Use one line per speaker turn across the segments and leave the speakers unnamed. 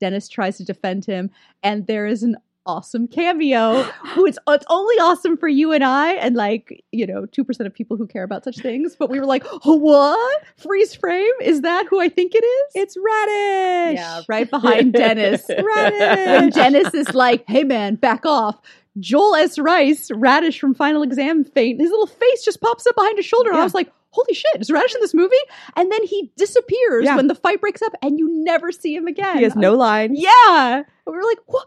Dennis tries to defend him, and there is an awesome cameo who it's, it's only awesome for you and I and like you know two percent of people who care about such things but we were like oh, what freeze frame is that who I think it is
It's radish.
yeah right behind Dennis when
Radish.
Dennis is like hey man back off Joel S Rice Radish from Final Exam faint his little face just pops up behind his shoulder and I
Yeah.
was like holy shit is Radish in this movie and then he disappears
Yeah.
when the fight breaks up and you never see him again
He has no line.
yeah we were like what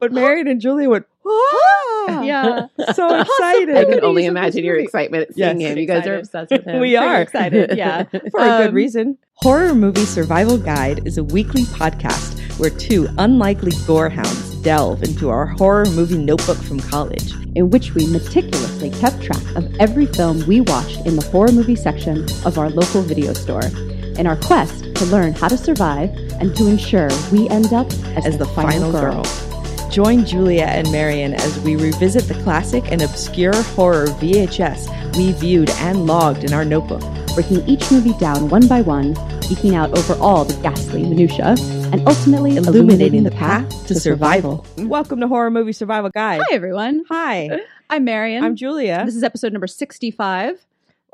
But Marion and Julia went, "Whoa!"
yeah.
So
I
excited.
Possibilities
can only
of this
imagine your
movie.
excitement at
Yes.
seeing him. You guys are obsessed with him.
We are.
excited, yeah.
For a
Um,
good reason. Horror Movie Survival Guide is a weekly podcast where two unlikely gorehounds delve into our horror movie notebook from college.
in which we meticulously kept track of every film we watched in the horror movie section of our local video store in our quest to learn how to survive and to ensure we end up as,
as the final girl. Join Julia and Marion as we revisit the classic and obscure horror VHS we viewed and logged in our notebook.
breaking each movie down one by one, geeking out over all the ghastly minutiae, and ultimately illuminating, the path to survival.
Welcome to Horror Movie Survival Guide.
Hi, everyone.
Hi,
I'm Marion.
I'm Julia,
This is episode number 65,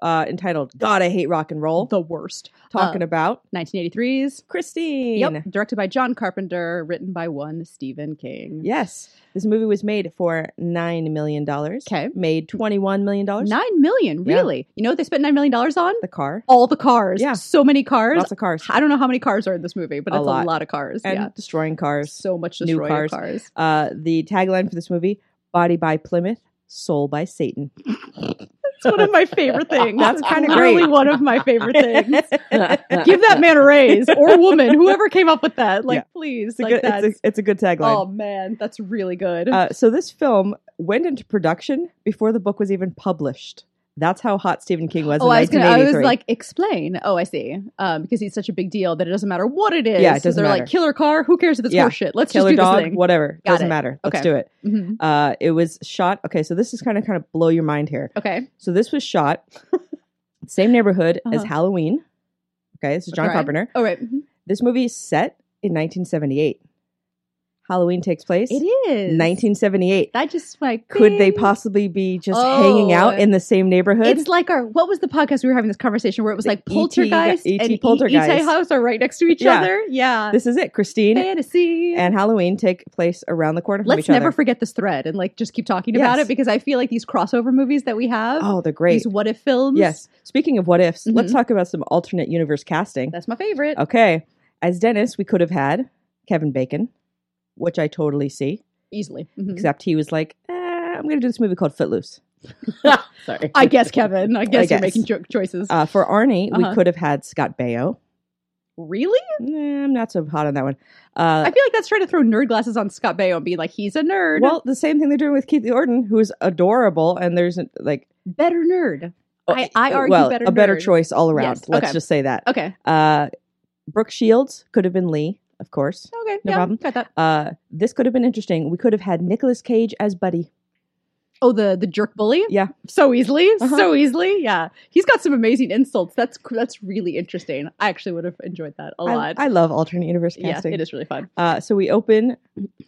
uh, entitled God, I Hate Rock and Roll,
The Worst,
talking about
1983's.
Christine.
Yep. Directed by John Carpenter, written by one Stephen King.
Yes. This movie was made for $9 million.
Okay.
Made $21 million.
Nine million,
Yeah.
really? You know what they spent nine million dollars on?
the car.
All the cars.
Yeah.
So many cars.
Lots of cars.
I don't know how many cars are in this movie, but
A
it's a
lot.
lot of cars.
And
yeah.
destroying cars.
So much
new
destroyer
cars.
cars.
Uh, the tagline for this movie Body by Plymouth, Soul by Satan.
It's one of my favorite things.
That's kinda
Literally
great.
one of my favorite things. Give that man a raise or woman, whoever came up with that. Like,
Yeah.
please.
It's a,
like
good,
that's
it's, a, it's a good tagline.
Oh man, that's really good.
Uh, so this film went into production before the book was even published. That's how hot Stephen King was
oh,
in
I was, gonna, I was
1983.
like, explain. Oh, I see. Um, because he's such a big deal that it doesn't matter what it is.
Yeah, it
So
doesn't
they're like
matter.
killer car. Who cares if it's
Yeah.
horseshit? Let's
killer
just do
dog,
this thing.
whatever.
Got it.
Doesn't matter. Let's
Okay.
do it.
Mhm.
Uh, it was shot. Okay, so this is kind of kind of blow your mind here.
Okay.
So this was shot same neighborhood as
Uh-huh.
Halloween. Okay, this is John
Okay.
Carpenter.
All right. Mhm.
This movie is set in 1978. Halloween takes place
It is
1978.
I just like
Could they
bing.
possibly be just hanging out
Oh.
in the same neighborhood?
It's like our what was the podcast we were having this conversation where it was
The
like
ET
poltergeist
ET
and E-
Poltergeist.
ET house are right next to each
Yeah.
other. Yeah.
this is it. Christine
Fantasy.
and Halloween take place around the corner from
Let's
each other.
never forget this thread and like just keep talking about
Yes.
it because I feel like these crossover movies that we have,
oh, they're great.
these what if films.
Yes. Speaking of what ifs, let's talk about some alternate universe casting.
That's my favorite.
Okay. As Dennis, we could have had Kevin Bacon, which I totally see,
Easily. Mhm.
except he was like, eh, I'm going to do this movie called Footloose.
Sorry.
I guess, Kevin. I guess, you're
guess.
making jo- choices.
Uh, for Arnie,
Uh-huh.
we could have had Scott Baio.
really?
Nah, I'm not so hot on that one.
I
Uh,
feel like that's trying to throw nerd glasses on Scott Baio and being like, he's a nerd.
well, the same thing they're doing with Keith Orton, who is adorable, and there's like uh,
better nerd. I, I argue
oh, well,
better
a better
nerd.
choice all around.
Yes,
Let's
okay.
just say that.
Okay.
Uh, Brooke Shields could have been Lee, of course.
Okay.
No
yeah.
problem.
Got that.
Uh, this could have been interesting. We could have had Nicolas Cage as Buddy.
Oh, the the jerk bully.
Yeah.
So easily.
Uh-huh.
So easily. Yeah. He's got some amazing insults. That's cr- that's really interesting. I actually would have enjoyed that a
I,
lot.
I love alternate universe
yeah,
casting.
it is really fun.
Uh, so we open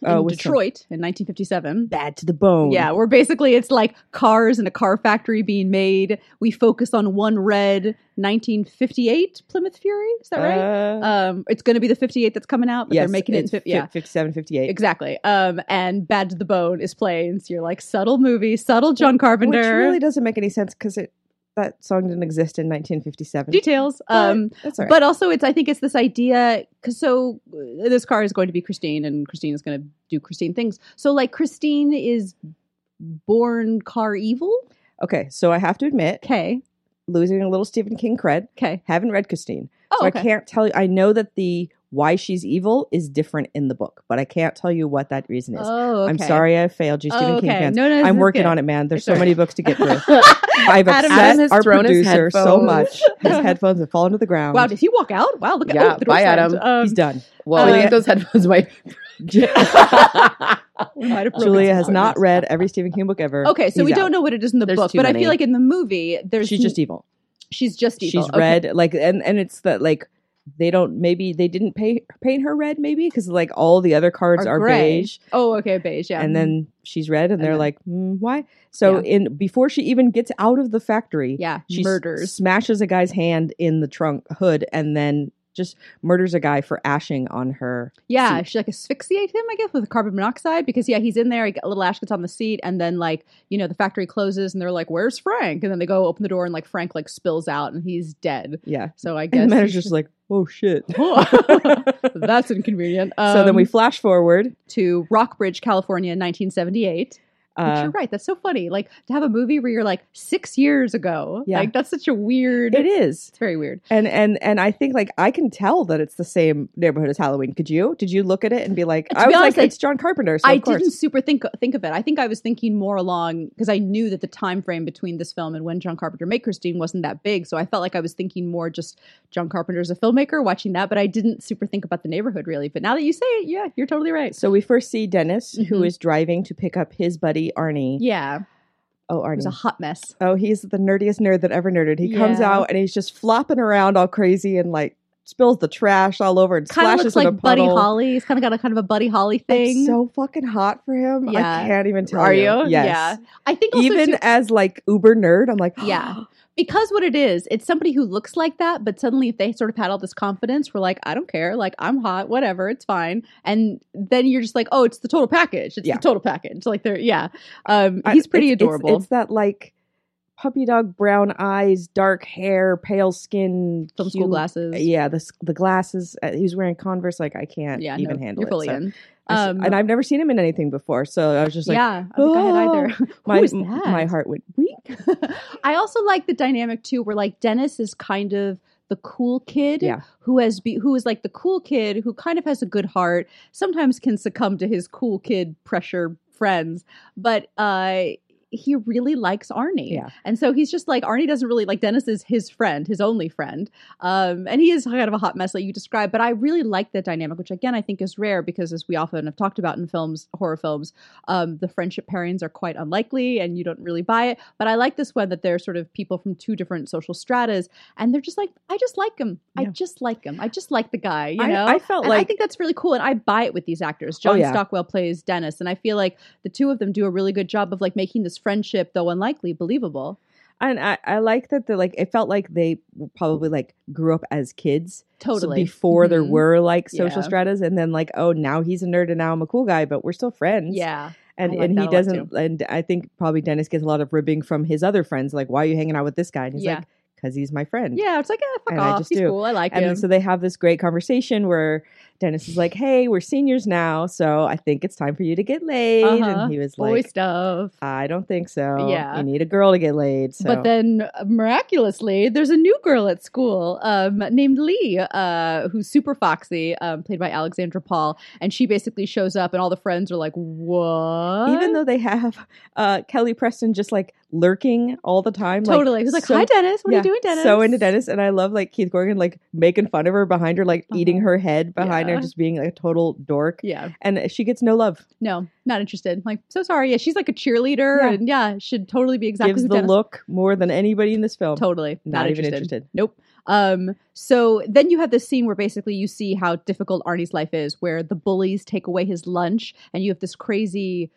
uh,
In
with some
Detroit in 1957.
bad to the bone.
Yeah, we're basically it's like cars and a car factory being made. We focus on one red 1958 Plymouth Fury. Is that right?
Uh,
um, it's going to be the 58 that's coming out, but
yes,
they're making it in
it's
50.
fi-
Yeah,
57, 58.
exactly. Um, and Bad to the Bone is playing. So you're like subtle movie, subtle John Carpenter.
Which really doesn't make any sense because it that song didn't exist in 1957.
details. Um,
That's all right.
but also it's I think it's this idea cause so uh, this car is going to be Christine and Christine is going to do Christine things. So like Christine is born car evil.
okay, so I have to admit,
Okay.
losing a little Stephen King cred.
Okay.
Haven't read Christine,
Oh,
so
okay.
I can't tell you. I know that the why she's evil is different in the book, but I can't tell you what that reason is.
Oh, okay.
I'm sorry, I failed you, Stephen
Oh,
King
okay.
fans.
No, no,
I'm working on it, man. There's
It's
so
all
many books to get through.
I've
I've
Adam
upset
has
our
thrown his
producer so
headphones.
much. His headphones have fallen to the ground.
Wow, did he walk out? Wow, look at
Yeah,
oh, the door
bye,
slammed.
Adam.
Um,
He's done.
Well,
Uh,
I think those headphones might.
um, we might have broken
Julia
some
has not
fingers.
read every Stephen King book ever.
Okay, so
He's
we
out.
don't know what it is in the
There's
book,
too
but I
many.
feel like in the movie, there's
She's just evil.
she's just evil.
She's
Okay.
read like, and and it's that like they don't maybe they didn't pay, paint her red maybe because like all the other cards
Or
are
gray.
beige
Oh, okay, beige. Yeah.
and then she's red and,
And
they're
then-
like mm, why so in before she even gets out of the factory
Mm-hmm. yeah,
she s-
murders.
smashes a guy's hand in the trunk hood and then just murders a guy for ashing on her
Yeah,
seat.
she like asphyxiate him, I guess, with carbon monoxide because yeah, he's in there. He got a little ash gets on the seat, and then like you know the factory closes, and they're like, "Where's Frank?" And then they go open the door, and like Frank like spills out, and he's dead.
yeah
So I
and
guess
the manager's just like oh shit
that's inconvenient.
so then we
Um,
flash forward
to Rockbridge, California, in 1978. But
uh,
you're right. That's so funny. Like to have a movie where you're like six years ago.
Yeah.
like that's such a weird.
it is
It's very weird.
and and and i think like i can tell that it's the same neighborhood as halloween could you did you look at it and be like
To
i
be
was
honest,
like
I-
it's john carpenter so
I
of course
didn't super think think of it. I think I was thinking more along because I knew that the time frame between this film and when John Carpenter made Christine wasn't that big, so I felt like I was thinking more just John Carpenter as a filmmaker watching that, but I didn't super think about the neighborhood really. But now that you say it, yeah, you're totally right.
so we first see dennis who
Mhm.
is driving to pick up his buddy arnie
Yeah,
oh
it
arnie
was a hot mess.
Oh, he's the nerdiest nerd that ever nerded. He comes
Yeah.
out and he's just flopping around all crazy and like spills the trash all over and
Kind of
splashes
looks
in a
like Buddy
puddle.
Holly. He's kind of got a kind of a Buddy Holly
It's
thing.
so fucking hot for him. I
Yeah.
can't even tell
Are
you.
you?
Yes.
I think also
Even
too-
as like uber nerd, I'm like,
Yeah. because what it is, it's somebody who looks like that, but suddenly if they sort of had all this confidence, we're like, I don't care, like I'm hot, whatever, it's fine. And then you're just like, oh, it's the total package. It's
Yeah.
the total package. Like they're yeah. Um
I-
he's pretty
it's- it's-
adorable.
It's, that like puppy dog brown eyes, dark hair, pale skin,
Film
cute-
school glasses.
Yeah, the s- the glasses. Uh, he was wearing Converse. Like I can't
Yeah,
even
no,
handle
you're
it.
fully
so
in.
I s-
Um,
and I've never seen him in anything before, so I was just like, "Oh,
yeah, I don't think I had either. Who
my
is
m-
that?
my heart went weak.
I also like the dynamic too, where like Dennis is kind of the cool kid
Yeah.
who has be who is like the cool kid who kind of has a good heart. Sometimes can succumb to his cool kid pressure friends, but uh, he really likes Arnie,
Yeah.
and so he's just like Arnie doesn't really like Dennis is his friend, his only friend, um, and he is kind of a hot mess like you described. But I really like that dynamic, which again I think is rare because as we often have talked about in films, horror films um, the friendship pairings are quite unlikely and you don't really buy it. But I like this one that they're sort of people from two different social stratas and they're just like, I just like him. I
Yeah.
just like him. I just like the guy, you
I-
know?
I, felt
and
like Oh,
I think that's really cool. And I buy it with these actors. John
yeah.
Stockwell plays Dennis. And I feel like the two of them do a really good job of like making this friendship, though unlikely, believable.
and I, I like that they like it felt like they probably like grew up as kids So
Totally.
before there
Mhm.
were like social
Yeah.
stratas and then like oh now he's a nerd and now I'm a cool guy but we're still friends
Yeah.
and
I like
and
that
he
a lot,
doesn't and I think probably Dennis gets a lot of ribbing from his other friends like why are you hanging out with this guy and he's
Yeah.
like because he's my friend
Yeah. It's like, eh, fuck
And I
off.
just
He's
do.
cool. I like
and
him.
so they have this great conversation where Dennis is like hey we're seniors now so I think it's time for you to get laid
Uh-huh.
and he was
Boy
like
stuff.
I don't think so
Yeah.
you need a girl to get laid so
But then uh, miraculously, there's a new girl at school um, named Lee, uh, who's super foxy, um, played by Alexandra Paul, and she basically shows up, and all the friends are like, "What?"
even though they have uh, Kelly Preston just like lurking all the time, like,
totally, he's like,
so-
"Hi, Dennis. What are you
yeah,
doing, Dennis?"
So into Dennis, and I love like Keith Gorgon like making fun of her behind her, like eating
Uh-huh.
her head behind her,
Yeah.
just being like a total dork,
Yeah,
and she gets no love.
no, not interested. Like, so sorry. Yeah, she's like a cheerleader,
Yeah.
and yeah, should totally be exactly
Gives
who
the
Dennis.
look more than anybody in this film.
Totally,
Not, even interested.
Nope. Um, so then you have this scene where basically you see how difficult Arnie's life is, where the bullies take away his lunch, and you have this crazy.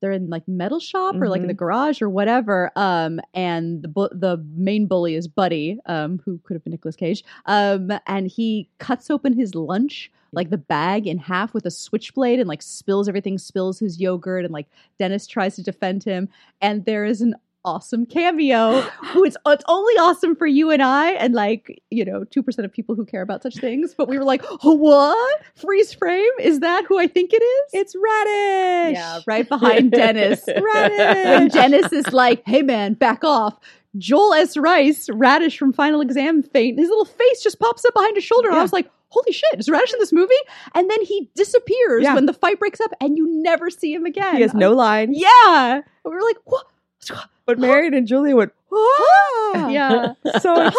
They're in like metal shop or like in the garage or whatever. Um, and the bu- the main bully is Buddy, um, who could have been Nicolas Cage. Um, and he cuts open his lunch, like the bag in half with a switchblade, and like spills everything, spills his yogurt, and like Dennis tries to defend him. And there is an awesome cameo who it's, it's only awesome for you and I and like you know two percent of people who care about such things but we were like oh, what freeze frame is that who I think it is
It's radish.
yeah right behind Dennis when
Radish.
Dennis is like hey man back off Joel S Rice Radish from Final Exam faint his little face just pops up behind his shoulder and I
Yeah.
was like holy shit is Radish in this movie and then he disappears
Yeah.
when the fight breaks up and you never see him again
He has no line.
yeah And we were like what
But Marion and Julia went, "Whoa!"
yeah
so
I
excited.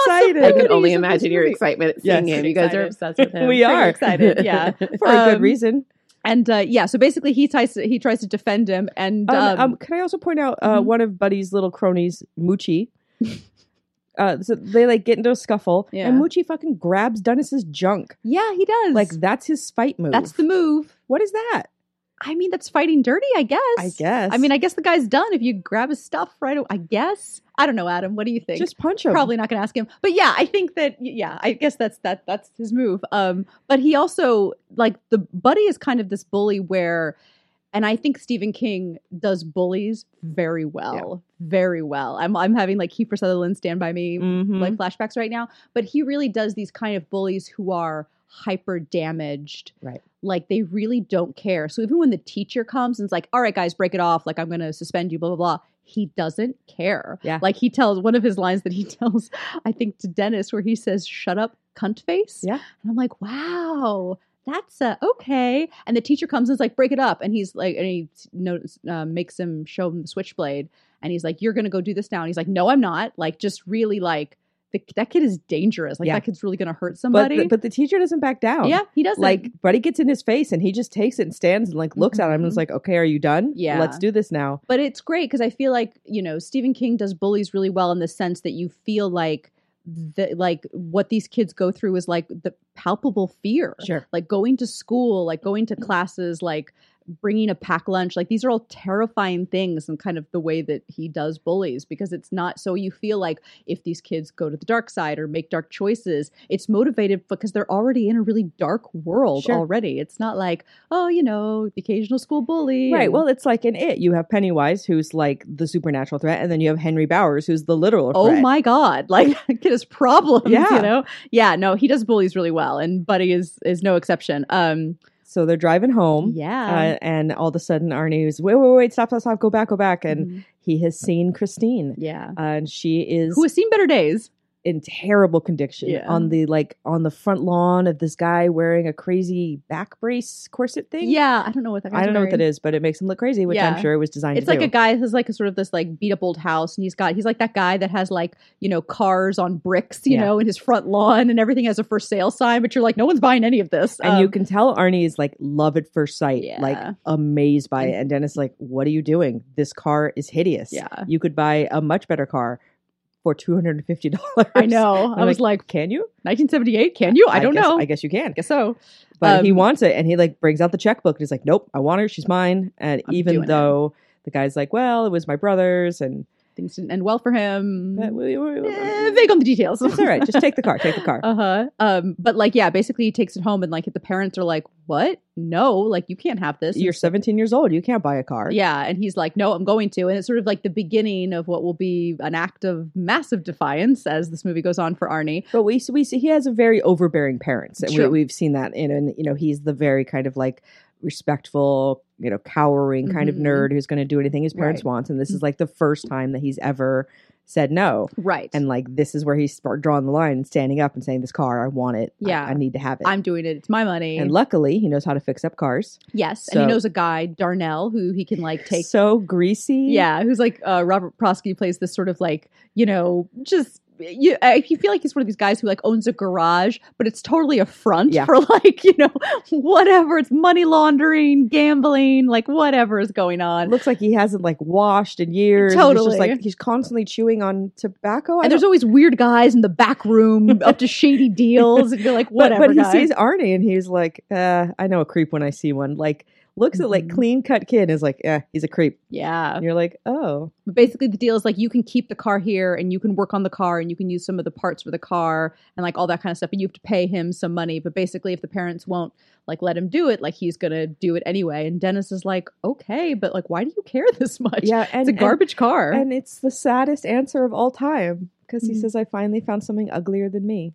Possibility.
can only
Goodies of this
imagine your
movie.
excitement at
Yes.
seeing him. You guys are obsessed with him.
We are
excited, yeah.
for a
Um,
good reason.
And uh, yeah, so basically he tries to, he tries to defend him, and
Um,
um,
um, can I also point out uh,
mhm.
one of Buddy's little cronies, Moochie, Uh, so they like get into a scuffle,
Yeah.
and Moochie fucking grabs Dennis's junk.
Yeah, he does.
Like that's his fight move.
that's the move.
what is that?
I mean, that's fighting dirty, I guess.
I guess.
I mean, I guess the guy's done if you grab his stuff right away. I guess. I don't know, Adam. What do you think?
just punch him.
Probably not going to ask him. But yeah, I think that yeah, I guess that's that that's his move. Um but he also like the buddy is kind of this bully where and I think Stephen King does bullies very well. Very well. I'm I'm having like Kiefer Sutherland stand by me
Mhm.
like flashbacks right now, but he really does these kind of bullies who are hyper damaged.
Right.
Like they really don't care. So even when the teacher comes and is like, all right, guys, break it off. Like I'm going to suspend you, blah, blah, blah. He doesn't care.
Yeah.
Like he tells one of his lines that he tells, I think, to Dennis, where he says, shut up, cunt face.
Yeah.
And I'm like, wow. That's a, okay. And the teacher comes and is like, break it up. And he's like, and he notice, uh, makes him show him the switchblade. And he's like, you're going to go do this now. And he's like, no, I'm not. Like, just really like, the, that kid is dangerous. Like,
Yeah.
that kid's really going to hurt
but
somebody.
the, but the teacher doesn't back down.
yeah, he doesn't.
Like Buddy gets in his face and he just takes it and stands and like looks at him and is like, "Okay, are you done?
Mm-hmm. Yeah.
let's do this now."
but it's great because I feel like you know Stephen King does bullies really well in the sense that you feel like the like what these kids go through is like the palpable fear,
Sure.
like going to school, like going to classes, like bringing a pack lunch, like these are all terrifying things and kind of the way that he does bullies because it's not so you feel like if these kids go to the dark side or make dark choices, it's motivated because they're already in a really dark world
Sure.
already. It's not like oh you know the occasional school bully,
Right.
and-
Well, it's like in it. You have Pennywise, who's like the supernatural threat, and then you have Henry Bowers, who's the literal
oh
threat.
my god like that kid has problems
Yeah.
you know yeah no he does bullies really well and buddy is is no exception um
So they're driving home.
yeah
Uh, and all of a sudden, Arnie is wait, wait, wait, stop, stop, stop, go back, go back, and
Mhm.
he has seen Christine,
yeah
uh, and she is
who has seen better days
in terrible condition
Yeah.
on the like on the front lawn of this guy wearing a crazy back brace corset thing.
yeah i don't know what that
I don't know what that is, but it makes him look crazy, which
Yeah.
I'm sure it was designed
it's
to
like
do.
a guy who's like a sort of this like beat up old house and he's got he's like that guy that has like you know cars on bricks you
Yeah.
know in his front lawn and everything has a for sale sign but you're like no one's buying any of this
and you
Um,
can tell Arnie is like love at first sight, like
Yeah.
amazed by it. And Dennis is like, "What are you doing? This car is hideous.
Yeah.
you could buy a much better car for two hundred and fifty dollars."
i know i was like
"Can you?
1978 can you i don't
guess-
know
I guess you can."
guess so
But he
Um,
wants it, and he like brings out the checkbook. And he's like, "Nope, I want her. She's mine." And
I'm doing
even
it.
though the guy's like, "Well, it was my brother's," and
things didn't end well for him
but we- we- we-
Eh, vague on the details
it's all right. Just take the car. Take the car.
Uh huh. Um, but like, yeah, basically, he takes it home, and like, the parents are like, "What? No, like, you can't have this."
You're 17 years old. You can't buy a car.
yeah, and he's like, "No, I'm going to," and it's sort of like the beginning of what will be an act of massive defiance as this movie goes on for Arnie.
But we we see he has a very overbearing parents, and we,
True.
we've seen that in and you know he's the very kind of like respectful, you know, cowering kind
Mhm.
of nerd who's going to do anything his
Right.
parents
Mm-hmm.
want, and this is like the first time that he's ever said no,
Right.
and like this is where he's start drawing the line and standing up and saying, "This car, I want it. I-
Yeah.
I, need to have it."
I'm doing it. It's my money.
and luckily, he knows how to fix up cars.
yes, and he
So-
knows a guy, Darnell, who he can like take.
so greasy.
yeah, who's like uh, Robert Prosky plays this sort of like you know just. You, I you feel like he's one of these guys who like owns a garage, but it's totally a front
Yeah.
for like you know whatever. It's money laundering, gambling, like whatever is going
It
on.
looks like he hasn't like washed in years. and He's just
Totally.
like he's constantly chewing on tobacco. I
and there's
don't-
always weird guys in the back room up to shady deals, and you're like
But-
whatever.
But,
guy.
he sees Arnie and he's like, uh, I know a creep when I see one. Like, looks at like
Mhm.
clean cut kid and is like, eh, he's a creep.
yeah.
And you're like, oh,
But basically, the deal is like you can keep the car here, and you can work on the car, and you can use some of the parts for the car, and like all that kind of stuff. And you have to pay him some money. But basically, if the parents won't like let him do it, like he's gonna do it anyway. And Dennis is like, okay, but like, why do you care this much?
yeah, and
it's a garbage car.
And, and it's the saddest answer of all time because he
Mhm.
says, I finally found something uglier than me.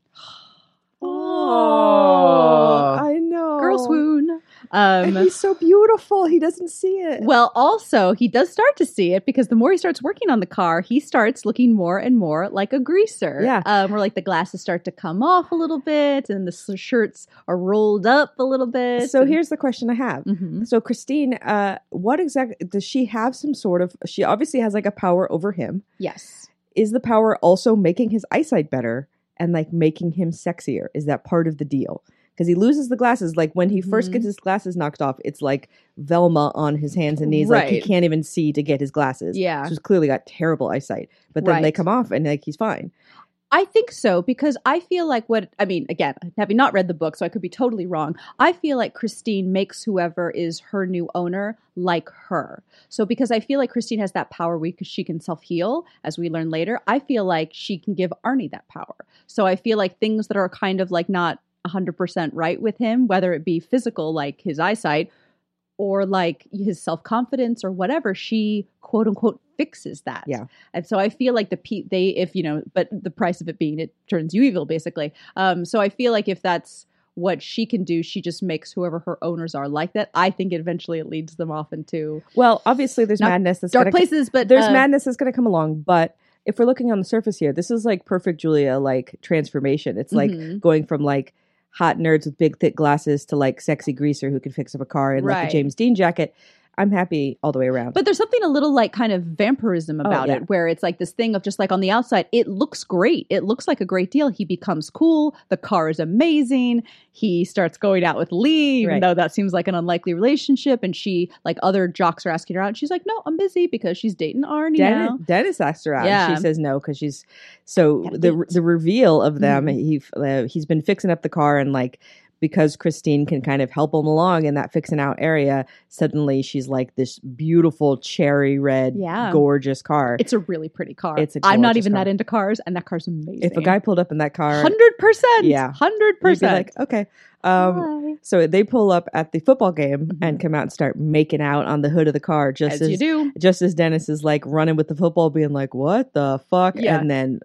Oh.
I know,
Girl swoon.
And
Um,
he's so beautiful. He doesn't see it.
well, also he does start to see it because the more he starts working on the car, he starts looking more and more like a greaser.
Yeah.
um, where like the glasses start to come off a little bit, and the s- shirts are rolled up a little bit.
so
and-
here's the question I have.
Mhm.
So Christine, uh, what exactly does she have? Some sort of she obviously has like a power over him.
Yes.
is the power also making his eyesight better and like making him sexier? Is that part of the deal? Because he loses the glasses. Like when he 1st
Mhm.
gets his glasses knocked off, it's like Velma on his hands and knees. Like he
Right.
can't even see to get his glasses.
Yeah.
So he's clearly got terrible eyesight. But then they
Right.
come off and like he's fine.
I think so because I feel like what I mean again, having not read the book, so I could be totally wrong. I feel like Christine makes whoever is her new owner like her. So because I feel like Christine has that power because she can self heal, as we learn later. I feel like she can give Arnie that power. So I feel like things that are kind of like not 100% right with him, whether it be physical, like his eyesight, or like his self confidence or whatever, she quote unquote fixes that.
Yeah.
And so I feel like the pe- they if you know, but the price of it being it turns you evil basically. Um. So I feel like if that's what she can do, she just makes whoever her owners are like that. I think eventually it leads them off into
Well, obviously there's
Not
madness that's
dark
gonna
places. But
there's
uh,
madness that's going to come along, but if we're looking on the surface here, this is like perfect Julia like transformation. It's like
mhm.
going from like hot nerds with big thick glasses to like sexy greaser who can fix up a car and like
Right.
a James Dean jacket. I'm happy all the way around.
But there's something a little like kind of vampirism about
Oh, yeah.
it, where it's like this thing of just like on the outside, it looks great. It looks like a great deal. He becomes cool. The car is amazing. He starts going out with Lee, even
Right.
though that seems like an unlikely relationship. And she, like other jocks are asking her out. And she's like, no, I'm busy because she's dating Arnie
Dennis,
now.
Dennis asked her out. And
Yeah.
she says no because she's so
Gotta
the the reveal of them.
Mhm.
He uh, he's been fixing up the car and like because Christine can kind of help him along in that fixing out area. Suddenly she's like this beautiful cherry red,
Yeah.
gorgeous car.
It's a really pretty car.
It's a
I'm not
gorgeous
even
car.
that into cars, and that car's amazing.
if a guy pulled up in that car, you'd
hundred percent,
Yeah.
hundred
be
percent,
like okay. Um, so they pull up at the football game
Mhm.
and come out and start making out on the hood of the car, just
as
as
you do.
just as Dennis is like running with the football, being like, "What the fuck?"
Yeah.
and then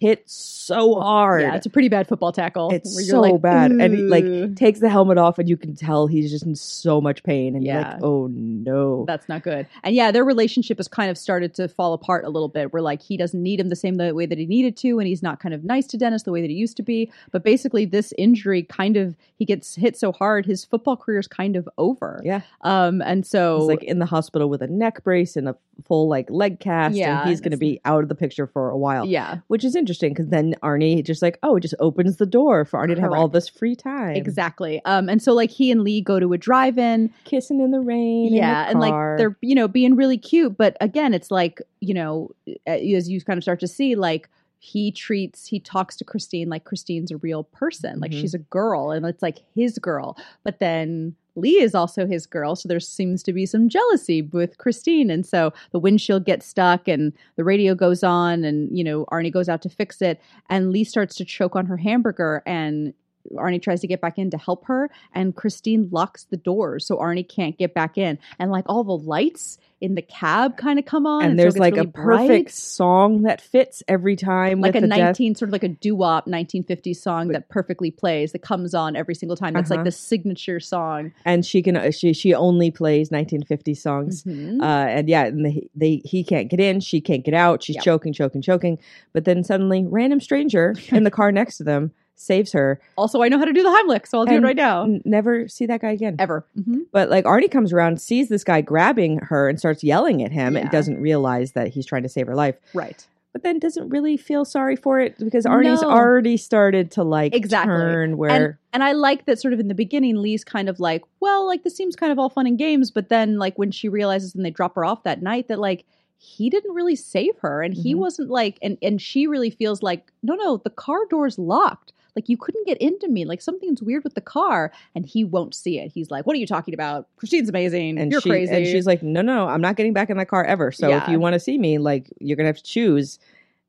hit so hard.
Yeah, it's a pretty bad football tackle.
It's
where
so
you're like,
bad. And he, like,
"Ooh."
Takes the helmet off, and you can tell he's just in so much pain. And you're
Yeah.
like, "Oh no!"
That's not good. And yeah, their relationship has kind of started to fall apart a little bit. Where like he doesn't need him the same the way that he needed to, and he's not kind of nice to Dennis the way that he used to be. But basically, this injury kind of he gets hit so hard, his football career is kind of over.
Yeah.
Um, and so
he's like in the hospital with a neck brace and a full like leg cast,
Yeah,
and he's
and
going to
it's-
be out of the picture for a while.
yeah,
Which is interesting because then Arnie just like, oh, it just opens the door for Arnie to have all
Correct.
this free time,
exactly. Um, and so like he and Lee go to a drive-in.
kissing in the rain,
yeah
in
and
the
like
car.
they're you know being really cute but again it's like you know as you kind of start to see like he treats he talks to christine like christine's a real person like
Mhm.
she's a girl and it's like his girl but then lee is also his girl so there seems to be some jealousy with christine and so the windshield gets stuck and the radio goes on and you know arnie goes out to fix it and lee starts to choke on her hamburger and arnie tries to get back in to help her and Christine locks the doors so Arnie can't get back in. And like all the lights in the cab kind of come on,
and
so it
there's
gets
like
really
a perfect
bright.
song that fits every time
Like a
with the death
19, sort of like a doo wop 1950s song that perfectly plays, that comes on every single time. That's
Uh-huh.
like the signature song.
and she can she she only plays 1950 songs
Mhm.
uh and yeah and they, they he can't get in she can't get out she's
Yep.
choking choking choking but then suddenly random stranger in the car next to them saves her
Also, I know how to do the Heimlich, so I'll do
and-
it right now.
N- never see that guy again
Oh. Ever. Mhm.
but like arnie comes around sees this guy grabbing her and starts yelling at him and
Yeah.
doesn't realize that he's trying to save her life
Right.
but then doesn't really feel sorry for it because arnie's
No.
already started to like
Exactly.
turn where
And I like that sort of in the beginning, Lee's kind of like, well, like this seems kind of all fun and games, but then like when she realizes and they drop her off that night that like he didn't really save her and he
Mhm.
wasn't like and and she really feels like, no, no, the car door's locked. Like you couldn't get into me. Like something's weird with the car and he won't see it. He's like, "What are you talking about? Christine's amazing.
and
You're
she,
crazy."
And she's like, no, no, I'm not getting back in that car ever. So if
Yeah.
you want to see me, like, you're gonna have to choose.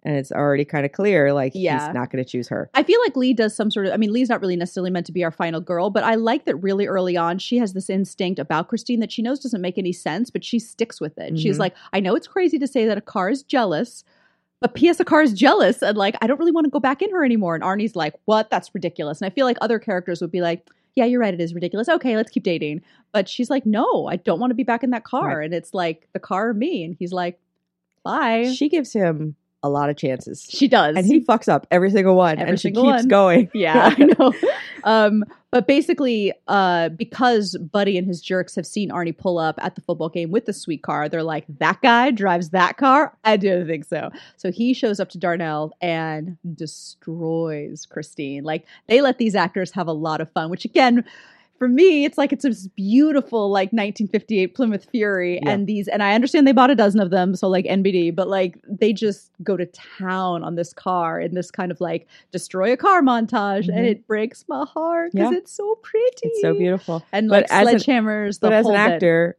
And it's already kind of clear, like,
Yeah.
he's not gonna choose her.
I feel like Lee does some sort of. I mean, Lee's not really necessarily meant to be our final girl, but I like that really early on, she has this instinct about Christine that she knows doesn't make any sense, but she sticks with it. She's
Mhm.
like, I know it's crazy to say that a car is jealous, but P.S. a car is jealous. And like, I don't really want to go back in her anymore. And Arnie's like, What? That's ridiculous. And I feel like other characters would be like, Yeah, you're right. It is ridiculous. Okay, let's keep dating. But she's like, No, I don't want to be back in that car.
Right.
And it's like, The car or me. And he's like, Bye.
She gives him a lot of chances.
She does.
and he fucks up every single one,
Every
and she keeps
single one.
going.
Yeah, I know. Um, but basically, uh, because Buddy and his jerks have seen Arnie pull up at the football game with the sweet car, they're like, that guy drives that car? I don't think so. So he shows up to Darnell and destroys Christine. Like, they let these actors have a lot of fun, which again, for me, it's like it's this beautiful like 1958 Plymouth Fury,
Yeah.
and these, and I understand they bought a dozen of them, so like NBD, but like they just go to town on this car in this kind of like destroy a car montage, and
Mhm.
it breaks my heart because
Yeah.
it's so pretty,
It's so beautiful.
and
But
like
as an-
sledgehammers. the
But as an
whole bit.
actor,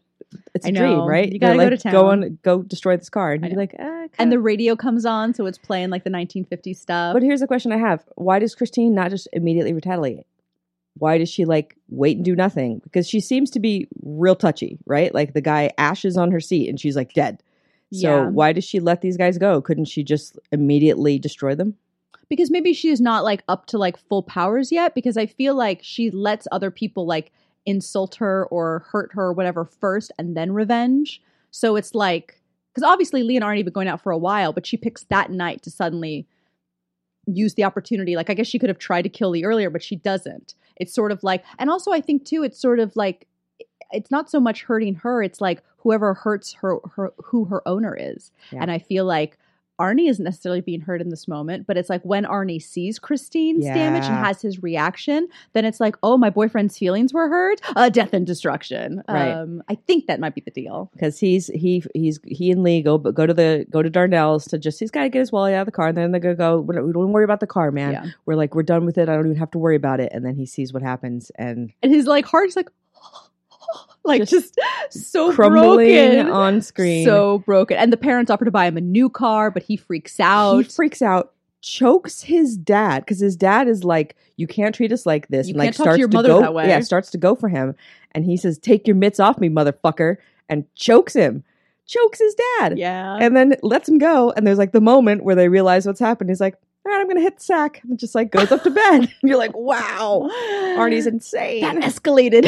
it's
I
a dream,
know.
right?
You
They're
gotta go
like,
to
Go
town.
on, go destroy this car, and
I
you'd be
know.
like, ah,
and
kinda
the radio comes on, so it's playing like the 1950 stuff.
But here's a question I have: Why does Christine not just immediately retaliate? Why does she like wait and do nothing? Because she seems to be real touchy, right? Like the guy ashes on her seat and she's like dead. So
Yeah.
why does she let these guys go? Couldn't she just immediately destroy them?
because maybe she's not like up to like full powers yet because i feel like she lets other people like insult her or hurt her or whatever first and then revenge so it's like because obviously lee and arnie have been going out for a while but she picks that night to suddenly use the opportunity like i guess she could have tried to kill lee earlier but she doesn't it's sort of like and also i think too it's sort of like it's not so much hurting her it's like whoever hurts her, her who her owner is
Yeah.
and i feel like Arnie isn't necessarily being hurt in this moment, but it's like when Arnie sees Christine's damage and
Yeah.
has his reaction, then it's like, oh, my boyfriend's feelings were hurt. Uh, death and destruction.
Right.
Um, I think that might be the deal.
Because he's he he's he and Lee go but go to the go to Darnell's to just he's got to get his wallet out of the car and then they go go we don't, we don't worry about the car man
Yeah.
we're like we're done with it I don't even have to worry about it and then he sees what happens and
And his like heart is like, like just,
Just
so
crumbling
broken.
on screen
So broken. And the parents offer to buy him a new car, but he freaks out.
He freaks out, chokes his dad because his dad is like, "You can't treat us like this."
You
and like
can't talk to your mother
go,
that way.
yeah, starts to go for him, and he says, "Take your mitts off me, motherfucker!" and chokes him, chokes his dad,
yeah.
and then lets him go. And there's like the moment where they realize what's happened. He's like, "All right, I'm gonna hit the sack," and just like goes up to bed. and you're like, "Wow, Arnie's insane."
Oh, that escalated.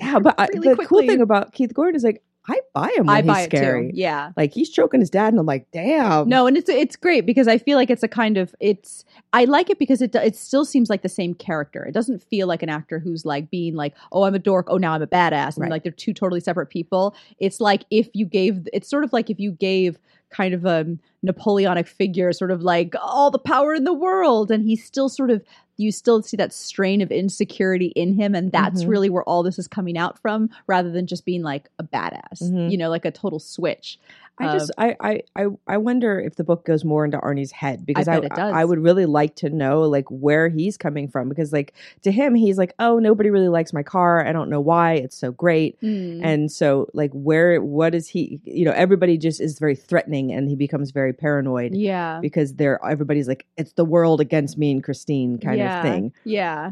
yeah, but I,
really
the
quickly.
cool thing about Keith Gordon is like, I buy him when
I
he's
buy
scary.
it too. Yeah.
Like he's choking his dad, and I'm like, "Damn."
No, and it's it's great because I feel like it's a kind of it's I like it because it do- it still seems like the same character. It doesn't feel like an actor who's like being like, "Oh, I'm a dork. Oh, now I'm a badass." And
Right.
like they're two totally separate people. It's like if you gave it's sort of like if you gave kind of a Napoleonic figure sort of like all the power in the world and he's still sort of you still see that strain of insecurity in him and that's
Mhm.
really where all this is coming out from rather than just being like a badass.
Mhm.
You know, like a total switch. Uh,
I just I, I I I wonder if the book goes more into Arnie's head because I
bet it does.
I would really like to know like where he's coming from because like to him he's like oh nobody really likes my car I don't know why it's so great
Mm.
and so like where what is he you know everybody just is very threatening and he becomes very paranoid
yeah.
because they're everybody's like it's the world against me and Christine kind
Yeah,
of thing
Yeah.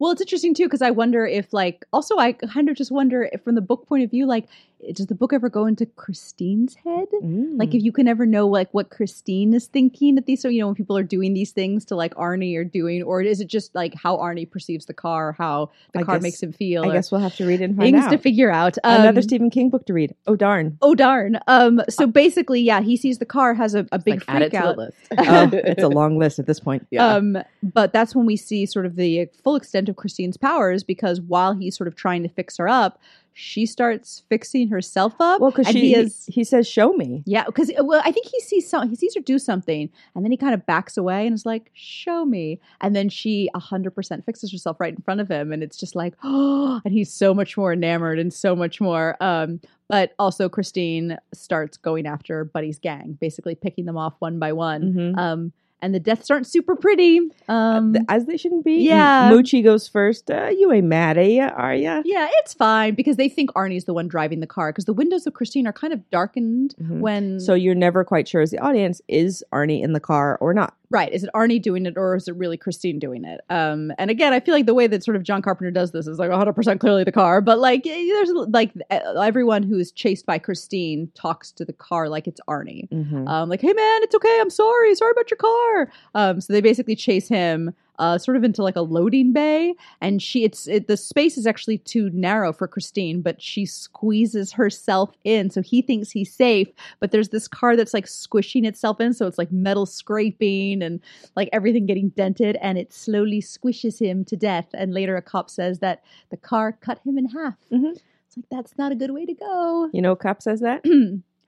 Well, it's interesting too because I wonder if, like, also I kind of just wonder if, from the book point of view, like, eh, does the book ever go into Christine's head?
Mm. Hmm.
Like, if you can ever know, like, what Christine is thinking at these, so you know, when people are doing these things to like Arnie are doing, or is it just like how Arnie perceives the car, how the
I
car
guess-
makes him feel?
I
or
guess we'll have to read it and find
things
out
to figure out.
another Uh,
Um,
Stephen King book to read oh darn
oh darn. Um. So basically, yeah, he sees the car has a, a big
like, add it
freak out.
to the list.
oh, it's a long list at this point
Um, yeah.
Um, but that's when we see sort of the full extent of Christine's powers because while he's sort of trying to fix her up, she starts fixing herself up.
well because
and
she
he
he-
is.
he says show me
Yeah, because well, I think he sees some, he sees her do something, and then he kind of backs away and is like, "Show me," and then she hundred percent fixes herself right in front of him, and it's just like, oh, and he's so much more enamored and so much more. Um, but also Christine starts going after Buddy's gang, basically picking them off one by one.
Mhm.
Um, and the deaths aren't super pretty. Um,
Uh, Th- as they shouldn't be.
yeah.
M- Moochie goes first. Uh, you ain't mad, eh? Are ya?
yeah, it's fine because they think Arnie's the one driving the car because the windows of Christine are kind of darkened
Mhm.
when.
So you're never quite sure as the audience is Arnie in the car or not.
right, is it Arnie doing it or is it really Christine doing it? Um, and again, I feel like the way that sort of John Carpenter does this is like 100% clearly the car, but like eh, there's like eh, everyone who is chased by Christine talks to the car like it's Arnie. um, like, hey man, it's okay. I'm sorry. Sorry about your car. Um, so they basically chase him uh, sort of into like a loading bay, and she it's it, the space is actually too narrow for Christine, but she squeezes herself in, so he thinks he's safe. But there's this car that's like squishing itself in, so it's like metal scraping and like everything getting dented, and it slowly squishes him to death. And later, a cop says that the car cut him in half.
Mhm.
It's like that's not a good way to go.
You know, what cop says that.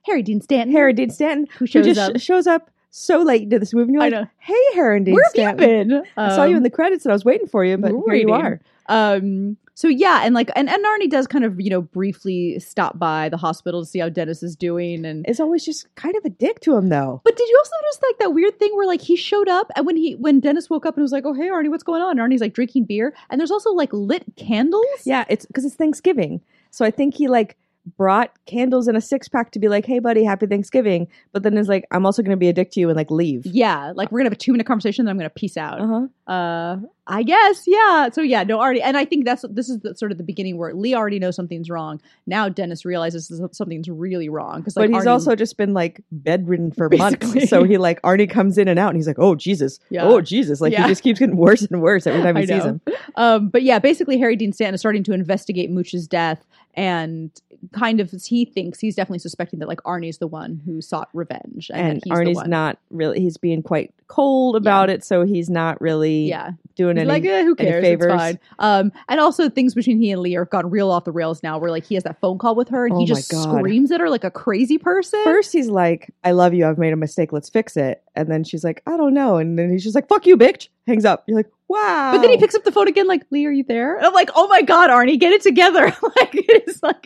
Harry Dean Stanton,
Harry Dean Stanton,
who
who
shows
just
up.
sh- shows up so late into this movie, and you're
I
like,
know.
"Hey, Harry Dean
Where have
Stanton,
you been?
I saw you in
Um,
the credits, and I was waiting for you, but
we're
here you
waiting.
are."
Um, So yeah, and like and, and Narni does kind of, you know, briefly stop by the hospital to see how Dennis is doing and
It's always just kind of a dick to him, though.
but did you also notice like that weird thing where like he showed up and when he when Dennis woke up and was like, "Oh hey Arnie, what's going on?" And Arnie's like drinking beer and there's also like lit candles.
Yeah, it's because it's Thanksgiving. So I think he like brought candles in a six pack to be like, hey, buddy, happy Thanksgiving. But then is like, I'm also going to be a dick to you and like leave.
Yeah, like we're gonna have a two minute conversation, then I'm gonna peace out.
Uh huh.
uh i guess yeah so yeah no already and i think that's this is the, sort of the beginning where lee already knows something's wrong now dennis realizes this- something's really wrong because like
but he's
Arnie-
also just been like bedridden for
Basically.
months. So he like Arnie comes in and out, and he's like, "Oh Jesus,
Yeah.
oh Jesus!" Like
Yeah.
he just keeps getting worse and worse every time
I
he sees
know.
him.
um but yeah basically harry dean stanton is starting to investigate mooch's death and kind of he thinks he's definitely suspecting that like arnie's the one who sought revenge and, that he's
And
the
Arnie's
one.
not really. He's being quite cold about it, so he's not really
yeah
doing
He's
any.
like eh, who
any
cares
favors?
it's fine um and also things between he and lee are gone real off the rails now where like he has that phone call with her and
Oh
he
my
just
God.
screams at her like a crazy person
First, he's like, "I love you. I've made a mistake. Let's fix it." And then she's like, "I don't know." And then he's just like, "Fuck you, bitch!" Hangs up. You're like, "Wow."
But then he picks up the phone again, like, Lee, are you there? And Oh. I'm like, oh my God, Arnie, get it together. like, it's like,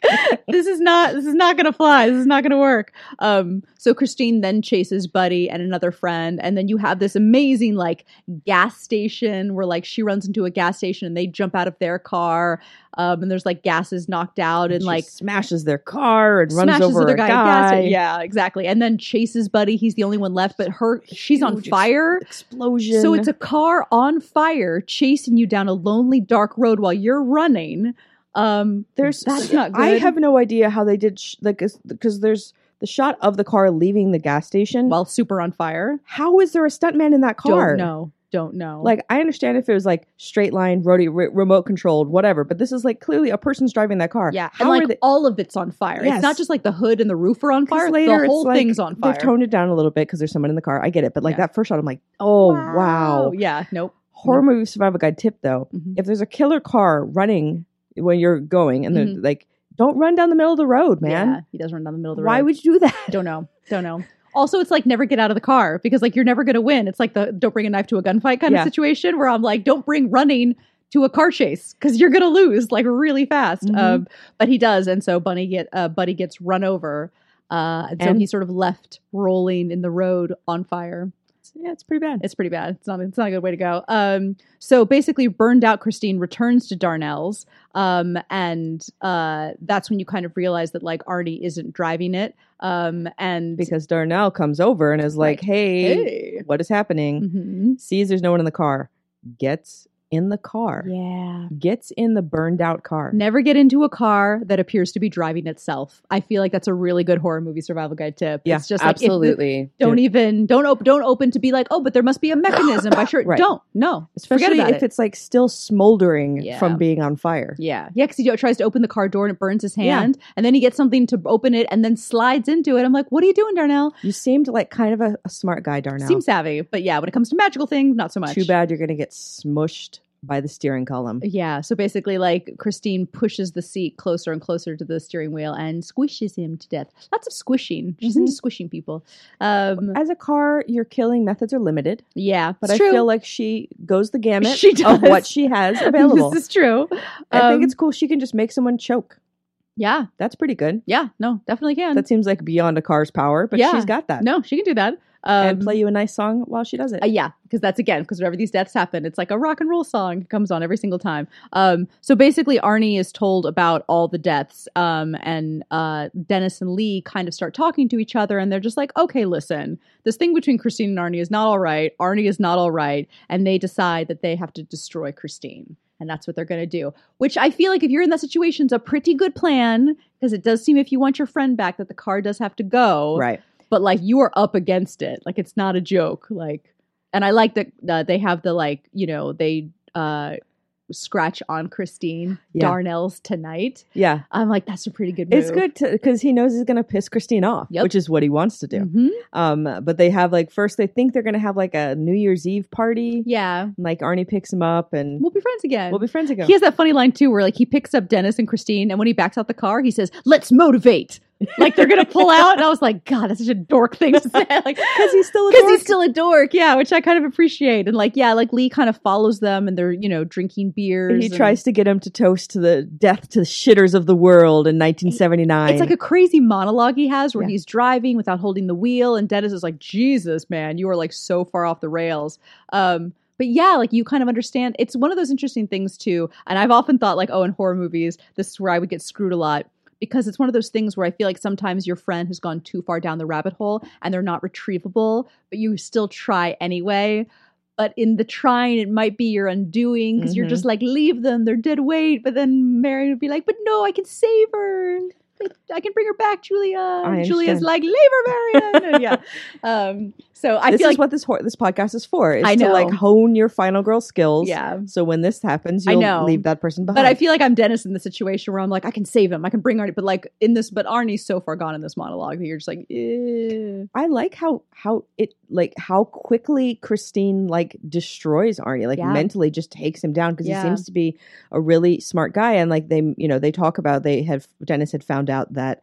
this is not, this is not going to fly. This is not going to work. Um, so Christine then chases Buddy and another friend. And then you have this amazing, like, gas station where, like, she runs into a gas station and they jump out of their car. Um, and there's, like, gases knocked out and,
She
like,
smashes their car and runs
smashes
over
other
a
guy.
guy.
at gas sta- Yeah, exactly. And then chases Buddy. He's the only one left, but her, she's on
Huge ex-
fire.
Explosion.
So it's a car on fire chasing you down a lonely dark road while you're running. Um,
There's
that's not good.
I have no idea how they did sh- like because there's the shot of the car leaving the gas station.
while super on fire.
how is there a stuntman in that car?
Don't know. Don't know.
Like I understand if it was like straight line, roti- re- remote controlled, whatever, but this is like clearly a person's driving that car.
yeah, and
how
like
are they?
all of it's on fire. It's
Yes.
not just like the hood and the roof are on
'cause
fire.
later
the whole
it's like
thing's on fire.
They've toned it down a little bit because there's someone in the car. I get it, but like
Yeah.
that first shot, I'm like, oh wow.
Yeah. Nope.
Horror movie survival guide tip though:
Mhm.
if there's a killer car running when you're going, and they're
Mhm.
like, don't run down the middle of the road,
Yeah,
man.
he does run down the middle of the road.
Why would you do that?
Don't know. Don't know. Also, it's like never get out of the car because like you're never going to win. It's like the don't bring a knife to a gunfight kind
Yeah.
of situation where I'm like, don't bring running to a car chase because you're going to lose like really fast.
Mhm.
Um, but he does, and so Bunny get uh, Buddy gets run over, uh, and so
And-
he's sort of left rolling in the road on fire.
Yeah, it's pretty bad.
It's pretty bad. It's not. It's not a good way to go. Um, so basically, burned out Christine returns to Darnell's, um, and uh, that's when you kind of realize that like Arnie isn't driving it, um, and
because Darnell comes over and is like, hey,
Hey.
what is happening?
Mhm.
Sees there's no one in the car, gets in the car,
Yeah.
gets in the burned out car.
Never get into a car that appears to be driving itself. I feel like that's a really good horror movie survival guide tip.
Yeah,
it's just like, if the-
Absolutely.
don't even don't open don't open to be like oh, but there must be a mechanism. By sure,
Right.
don't no.
Especially
about
if
it.
it's like still smoldering
Yeah.
from being on fire.
yeah.
Yeah, because he do- tries to open the car door and it burns his
Yeah.
hand, and then he gets something to open it, and then slides into it. I'm like, what are you doing, Darnell?
You seemed like kind of a, a smart guy, Darnell.
Seems savvy, but yeah, when it comes to magical things, not so much.
Too bad you're going to get smushed by the steering column.
Yeah. So basically, like Christine pushes the seat closer and closer to the steering wheel and squishes him to death. Lots of squishing. She's into squishing people. Um,
As a car, your killing methods are limited,
yeah,
but
it's
I
true.
feel like she goes the gamut
She
of
does.
what she has available.
this is true.
I
Um,
think it's cool. She can just make someone choke.
yeah,
That's pretty good.
yeah. No, definitely can.
That seems like beyond a car's power, but
Yeah.
she's got that.
no, she can do that. Um,
and play you a nice song while she does it.
Uh, yeah, because that's again because whenever these deaths happen, it's like a rock and roll song comes on every single time. Um, so basically, Arnie is told about all the deaths, um, and uh, Dennis and Lee kind of start talking to each other, and they're just like, "Okay, listen, this thing between Christine and Arnie is not all right. Arnie is not all right," and they decide that they have to destroy Christine, and that's what they're going to do. Which I feel like if you're in that situation, is a pretty good plan because it does seem if you want your friend back, that the car does have to go,
right.
but like you are up against it like it's not a joke like and i like that uh, they have the like you know they uh scratch on christine
Yeah.
darnell's tonight
Yeah.
i'm like that's a pretty good move.
It's good because he knows he's going to piss Christine off,
Yep.
which is what he wants to do.
Mhm.
Um, but they have like first they think they're going to have like a New Year's Eve party.
yeah
And, like Arnie picks him up and
we'll be friends again
we'll be friends again.
he has that funny line too where like he picks up dennis and christine and when he backs out the car he says let's motivate Like they're gonna pull out, and I was like, God, that's such a dork thing to say. Like,
because he's still a
because he's
dork.
still a dork, yeah, which I kind of appreciate. And like, yeah, like Lee kind of follows them, and they're you know drinking beers.
He
and-
tries to get him to toast to the death to the shitters of the world in 1979.
It's like a crazy monologue he has where
Yeah.
he's driving without holding the wheel, and Dennis is like, "Jesus, man, you are like so far off the rails." Um, but yeah, like you kind of understand. It's one of those interesting things too. And I've often thought like, oh, in horror movies, this is where I would get screwed a lot because it's one of those things where I feel like sometimes your friend has gone too far down the rabbit hole and they're not retrievable, but you still try anyway. But in the trying, it might be your undoing because you're
Mhm.
just like, leave them, they're dead weight. But then Mary would be like, but no, I can save her. I- I can bring her back, Julia. And Julia's
understand.
like, leave her, Marion. And yeah. Um, so I
this
feel
is
like,
what this hor- this podcast is for. Is
I
to like
know.
hone your final girl skills.
yeah.
So when this happens,
I
you'll
know.
leave that person behind.
But I feel like I'm Dennis in the situation where I'm like, I can save him, I can bring Arnie. But like in this, but Arnie's so far gone in this monologue that you're just like, eh.
I like how how it like how quickly Christine like destroys Arnie like
Yeah.
mentally just takes him down because
Yeah.
he seems to be a really smart guy and like they you know they talk about they had Dennis had found out that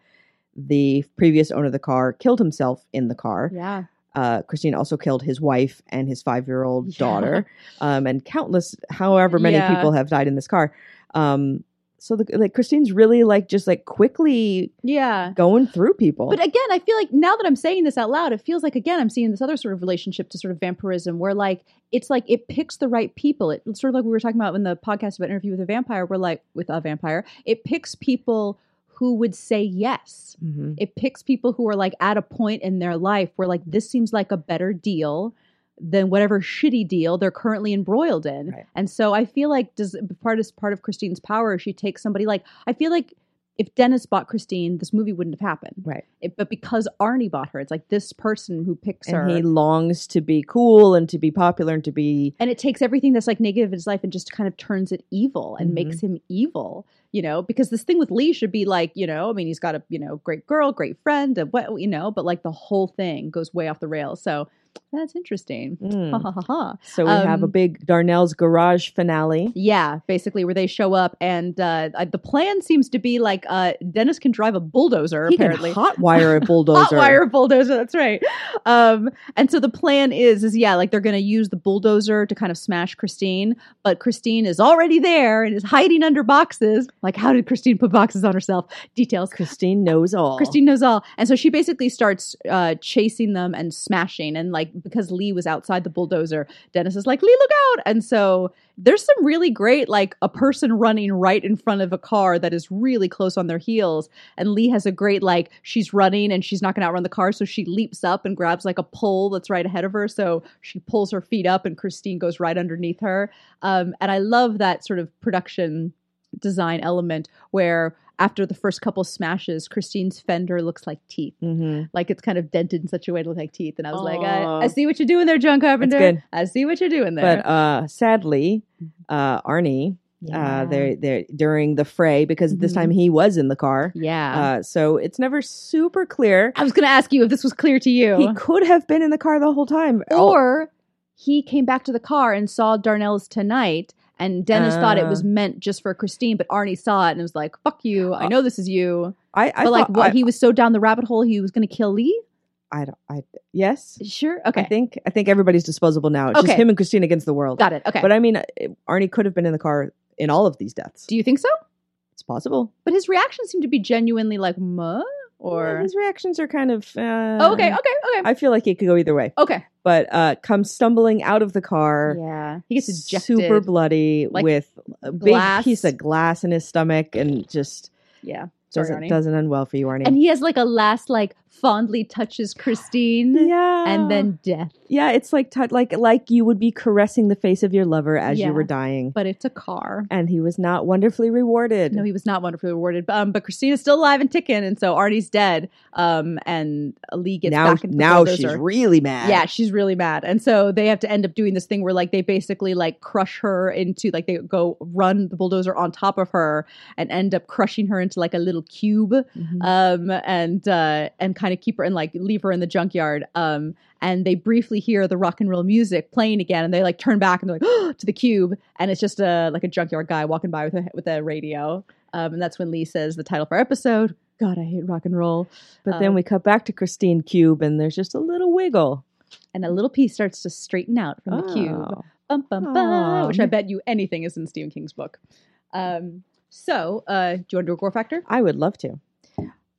the previous owner of the car killed himself in the car.
yeah,
Uh, Christine also killed his wife and his five year old
Yeah.
daughter um, and countless however many
Yeah.
people have died in this car. Um, so the, like Christine's really like just like quickly
yeah.
going through people.
But again, I feel like now that I'm saying this out loud, it feels like again I'm seeing this other sort of relationship to sort of vampirism, where like it's like it picks the right people. It, it's sort of like we were talking about in the podcast about interview with a vampire, where like with a vampire, it picks people who would say yes.
Mhm.
It picks people who are like at a point in their life where like this seems like a better deal than whatever shitty deal they're currently embroiled in.
Right.
And so I feel like does part is part of Christine's power is she takes somebody like I feel like if Dennis bought Christine, this movie wouldn't have happened.
Right.
It, but because Arnie bought her, it's like this person who picks her.
and he longs to be cool and to be popular and to be
and it takes everything that's like negative in his life and just kind of turns it evil
Mm-hmm.
and makes him evil you know because this thing with lee should be like you know i mean he's got a you know great girl great friend and what you know but like the whole thing goes way off the rails so that's interesting ha
mm.
ha ha ha
so we have a
Oh, Um,
big darnell's garage finale
yeah basically where they show up and uh, uh, the plan seems to be like uh, dennis can drive a bulldozer
he
apparently
can hotwire a bulldozer
Hotwire bulldozer. That's right. Um, and so the plan is, is yeah, like they're going to use the bulldozer to kind of smash Christine, but Christine is already there and is hiding under boxes. Like, how did Christine put boxes on herself? Details.
christine knows all
Christine knows all, and so she basically starts uh, chasing them and smashing. And like because Lee was outside the bulldozer, Dennis is like, "Lee, look out!" And so there's some really great like a person running right in front of a car that is really close on their heels, and Lee has a great like she's running and she's not going to outrun the car, so she leaps up and grabs like a pole that's right ahead of her. So she pulls her feet up, and Christine goes right underneath her. Um, and I love that sort of production design element where after the first couple smashes, Christine's fender looks like teeth.
Mhm.
Like it's kind of dented in such a way to look like teeth. And I was like,
Aw.
I, I see what you're doing there, John Carpenter.
good.
I see what you're doing there. Mm-hmm.
but uh sadly uh arnie uh they they during the fray because this
Mhm.
time he was in the car
yeah.
uh so it's never super clear
I was going to ask you if this was clear to
he oh.
you.
could have been in the car the whole time All-
or he came back to the car and saw Darnell's tonight. And Dennis thought it
Ah.
was meant just for Christine, but Arnie saw it and was like, fuck you. I know this is you.
i i
but like,
thought-
what?
I,
he was so down the rabbit hole, he was going to kill Lee?
I, don't- I yes
Sure.
I
Okay.
think I think everybody's disposable now. It's just
Okay.
him and Christine against the world.
Got it. Okay.
But I mean, uh, it- Arnie could have been in the car in all of these deaths.
Do you think so?
it's possible.
But his reaction seemed to be genuinely like, muh? Or.
his reactions are kind of uh,
Oh, okay, okay, okay.
I feel like it could go either way.
okay.
But uh, comes stumbling out of the car,
Yeah. He gets ejected.
super bloody,
Like
with a
glass.
big piece of glass in his stomach, and just
Yeah. Sorry,
doesn't
Arnie.
doesn't end well for you, Arnie.
And he has like a last, like, fondly touches Christine.
yeah,
And then death.
yeah, it's like tou- like like you would be caressing the face of your lover as
Yeah.
you were dying,
But it's a car.
and he was not wonderfully rewarded.
No, he was not wonderfully rewarded. But, um, but Christina's still alive and ticking. And so Artie's dead. Um, and Lee gets
now
back into the
now
bulldozer.
she's really mad.
Yeah, she's really mad. And so they have to end up doing this thing where like they basically like crush her into like they go run the bulldozer on top of her and end up crushing her into like a little cube
Mhm.
um and uh and kind of keep her and like leave her in the junkyard um and they briefly hear the rock and roll music playing again and they like turn back and they're like to the cube and it's just a like a junkyard guy walking by with a with a radio um and that's when Lee says the title for episode God, I hate rock and roll.
But then
Um,
we cut back to Christine Cube, and there's just a little wiggle
And a little piece starts to straighten out from the cube.
Oh.
Bum, bum, bum, which I
Um.
bet you anything is in Stephen King's book. Um, so, uh, do you want to do a gore factor?
I would love to.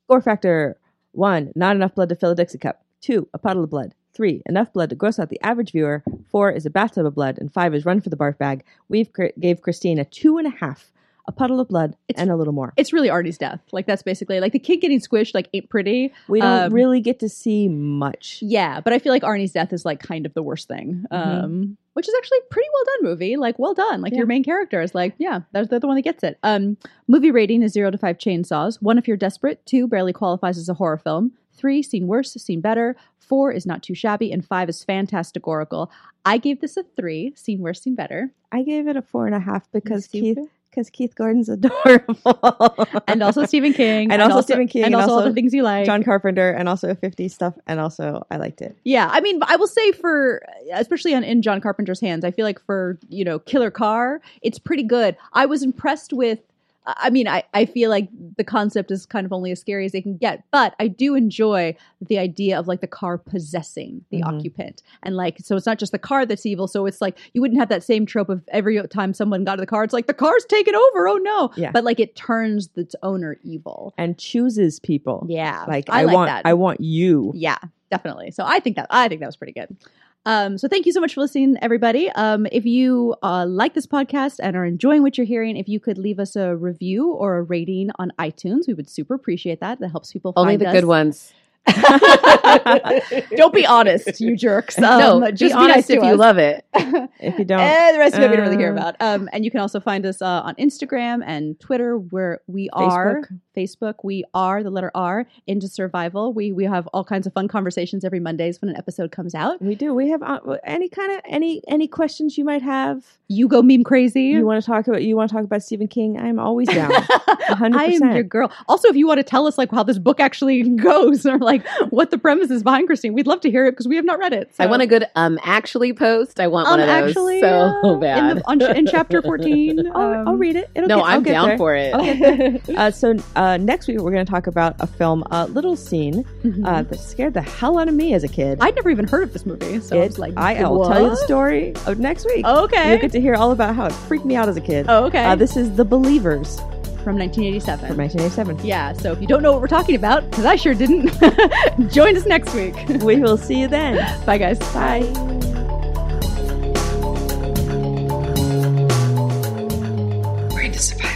Gore factor one, not enough blood to fill a Dixie cup. Two, a puddle of blood. Three, enough blood to gross out the average viewer. Four is a bathtub of blood, and five is run for the barf bag. We've cr- gave Christine a two and a half, a puddle of blood,
It's-
and a little more.
It's really Artie's death. Like that's basically like the kid getting squished. Like ain't pretty.
We don't
um,
really get to see much.
Yeah, but I feel like Arnie's death is like kind of the worst thing.
Mhm.
Um, which is actually a pretty well done movie. Like well done. Like
Yeah.
your main character is like, yeah, that's they're the one that gets it. Um, movie rating is zero to five chainsaws. One, if you're desperate. Two, barely qualifies as a horror film. Three, seen worse, seen better. Four is not too shabby, and five is fantastical. I gave this a three. Seen worse, seen better.
I gave it a four and a half because
Steve
Keith because Keith Gordon's adorable,
and also Stephen King,
And also Stephen King,
and,
and
also, all
also
the things you like.
John Carpenter, and also 50 stuff, and also I liked it.
yeah, I mean, I will say for especially on in John Carpenter's hands, I feel like for you know Killer Car, it's pretty good. I was impressed with. I mean, I, I feel like the concept is kind of only as scary as they can get, but I do enjoy the idea of like the car possessing the
Mhm.
occupant. And like, so it's not just the car that's evil. So it's like, you wouldn't have that same trope of every time someone got out of the car, it's like the car's taken over. Oh no.
Yeah.
But like it turns its owner evil.
and chooses people.
Yeah.
Like I, want I want you.
yeah, definitely. So I think that I think that was pretty good. Um, so thank you so much for listening, everybody. Um, if you uh, like this podcast and are enjoying what you're hearing, if you could leave us a review or a rating on iTunes, we would super appreciate that. That helps people
Only
find
the
us.
good ones.
Don't be honest, you jerks. Um,
no,
just
be honest
nice
if
to
you
us.
love it.
If you don't
Eh, the rest of it we don't really care
Uh.
about. Um, and you can also find us uh, on Instagram and Twitter, where we are Facebook. We are the letter R into survival. We we have all kinds of fun conversations every Mondays when an episode comes out.
we do. We have uh, any kind of any any questions you might have.
You go meme crazy.
You want to talk about you want to talk about Stephen King? I'm always down.
I am
100%.
your girl. Also, if you want to tell us like how this book actually goes or like what the premise is behind Christine, we'd love to hear it because we have not read it.
I want a good um actually post. I want
um,
one of those
actually
so
uh,
bad.
in, the, on, in chapter fourteen.
I'll, I'll
um,
read it. It'll
no,
get- I'll
I'm
get
down
there.
for it.
Uh, so uh, next week we're going to talk about a film, uh, Little Scene,
mhm.
uh, that scared the hell out of me as a kid.
I'd never even heard of this movie, so I
It-
was like,
I will tell you the
"What?"
story of next week.
Okay.
You'll get to hear all about how it freaked me out as a kid.
Oh, okay.
Uh, this is The Believers
from 1987.
from 1987.
yeah, so if you don't know what we're talking about, because I sure didn't, join us next week.
we will see you then.
Bye, guys.
Bye.
Ready to survive.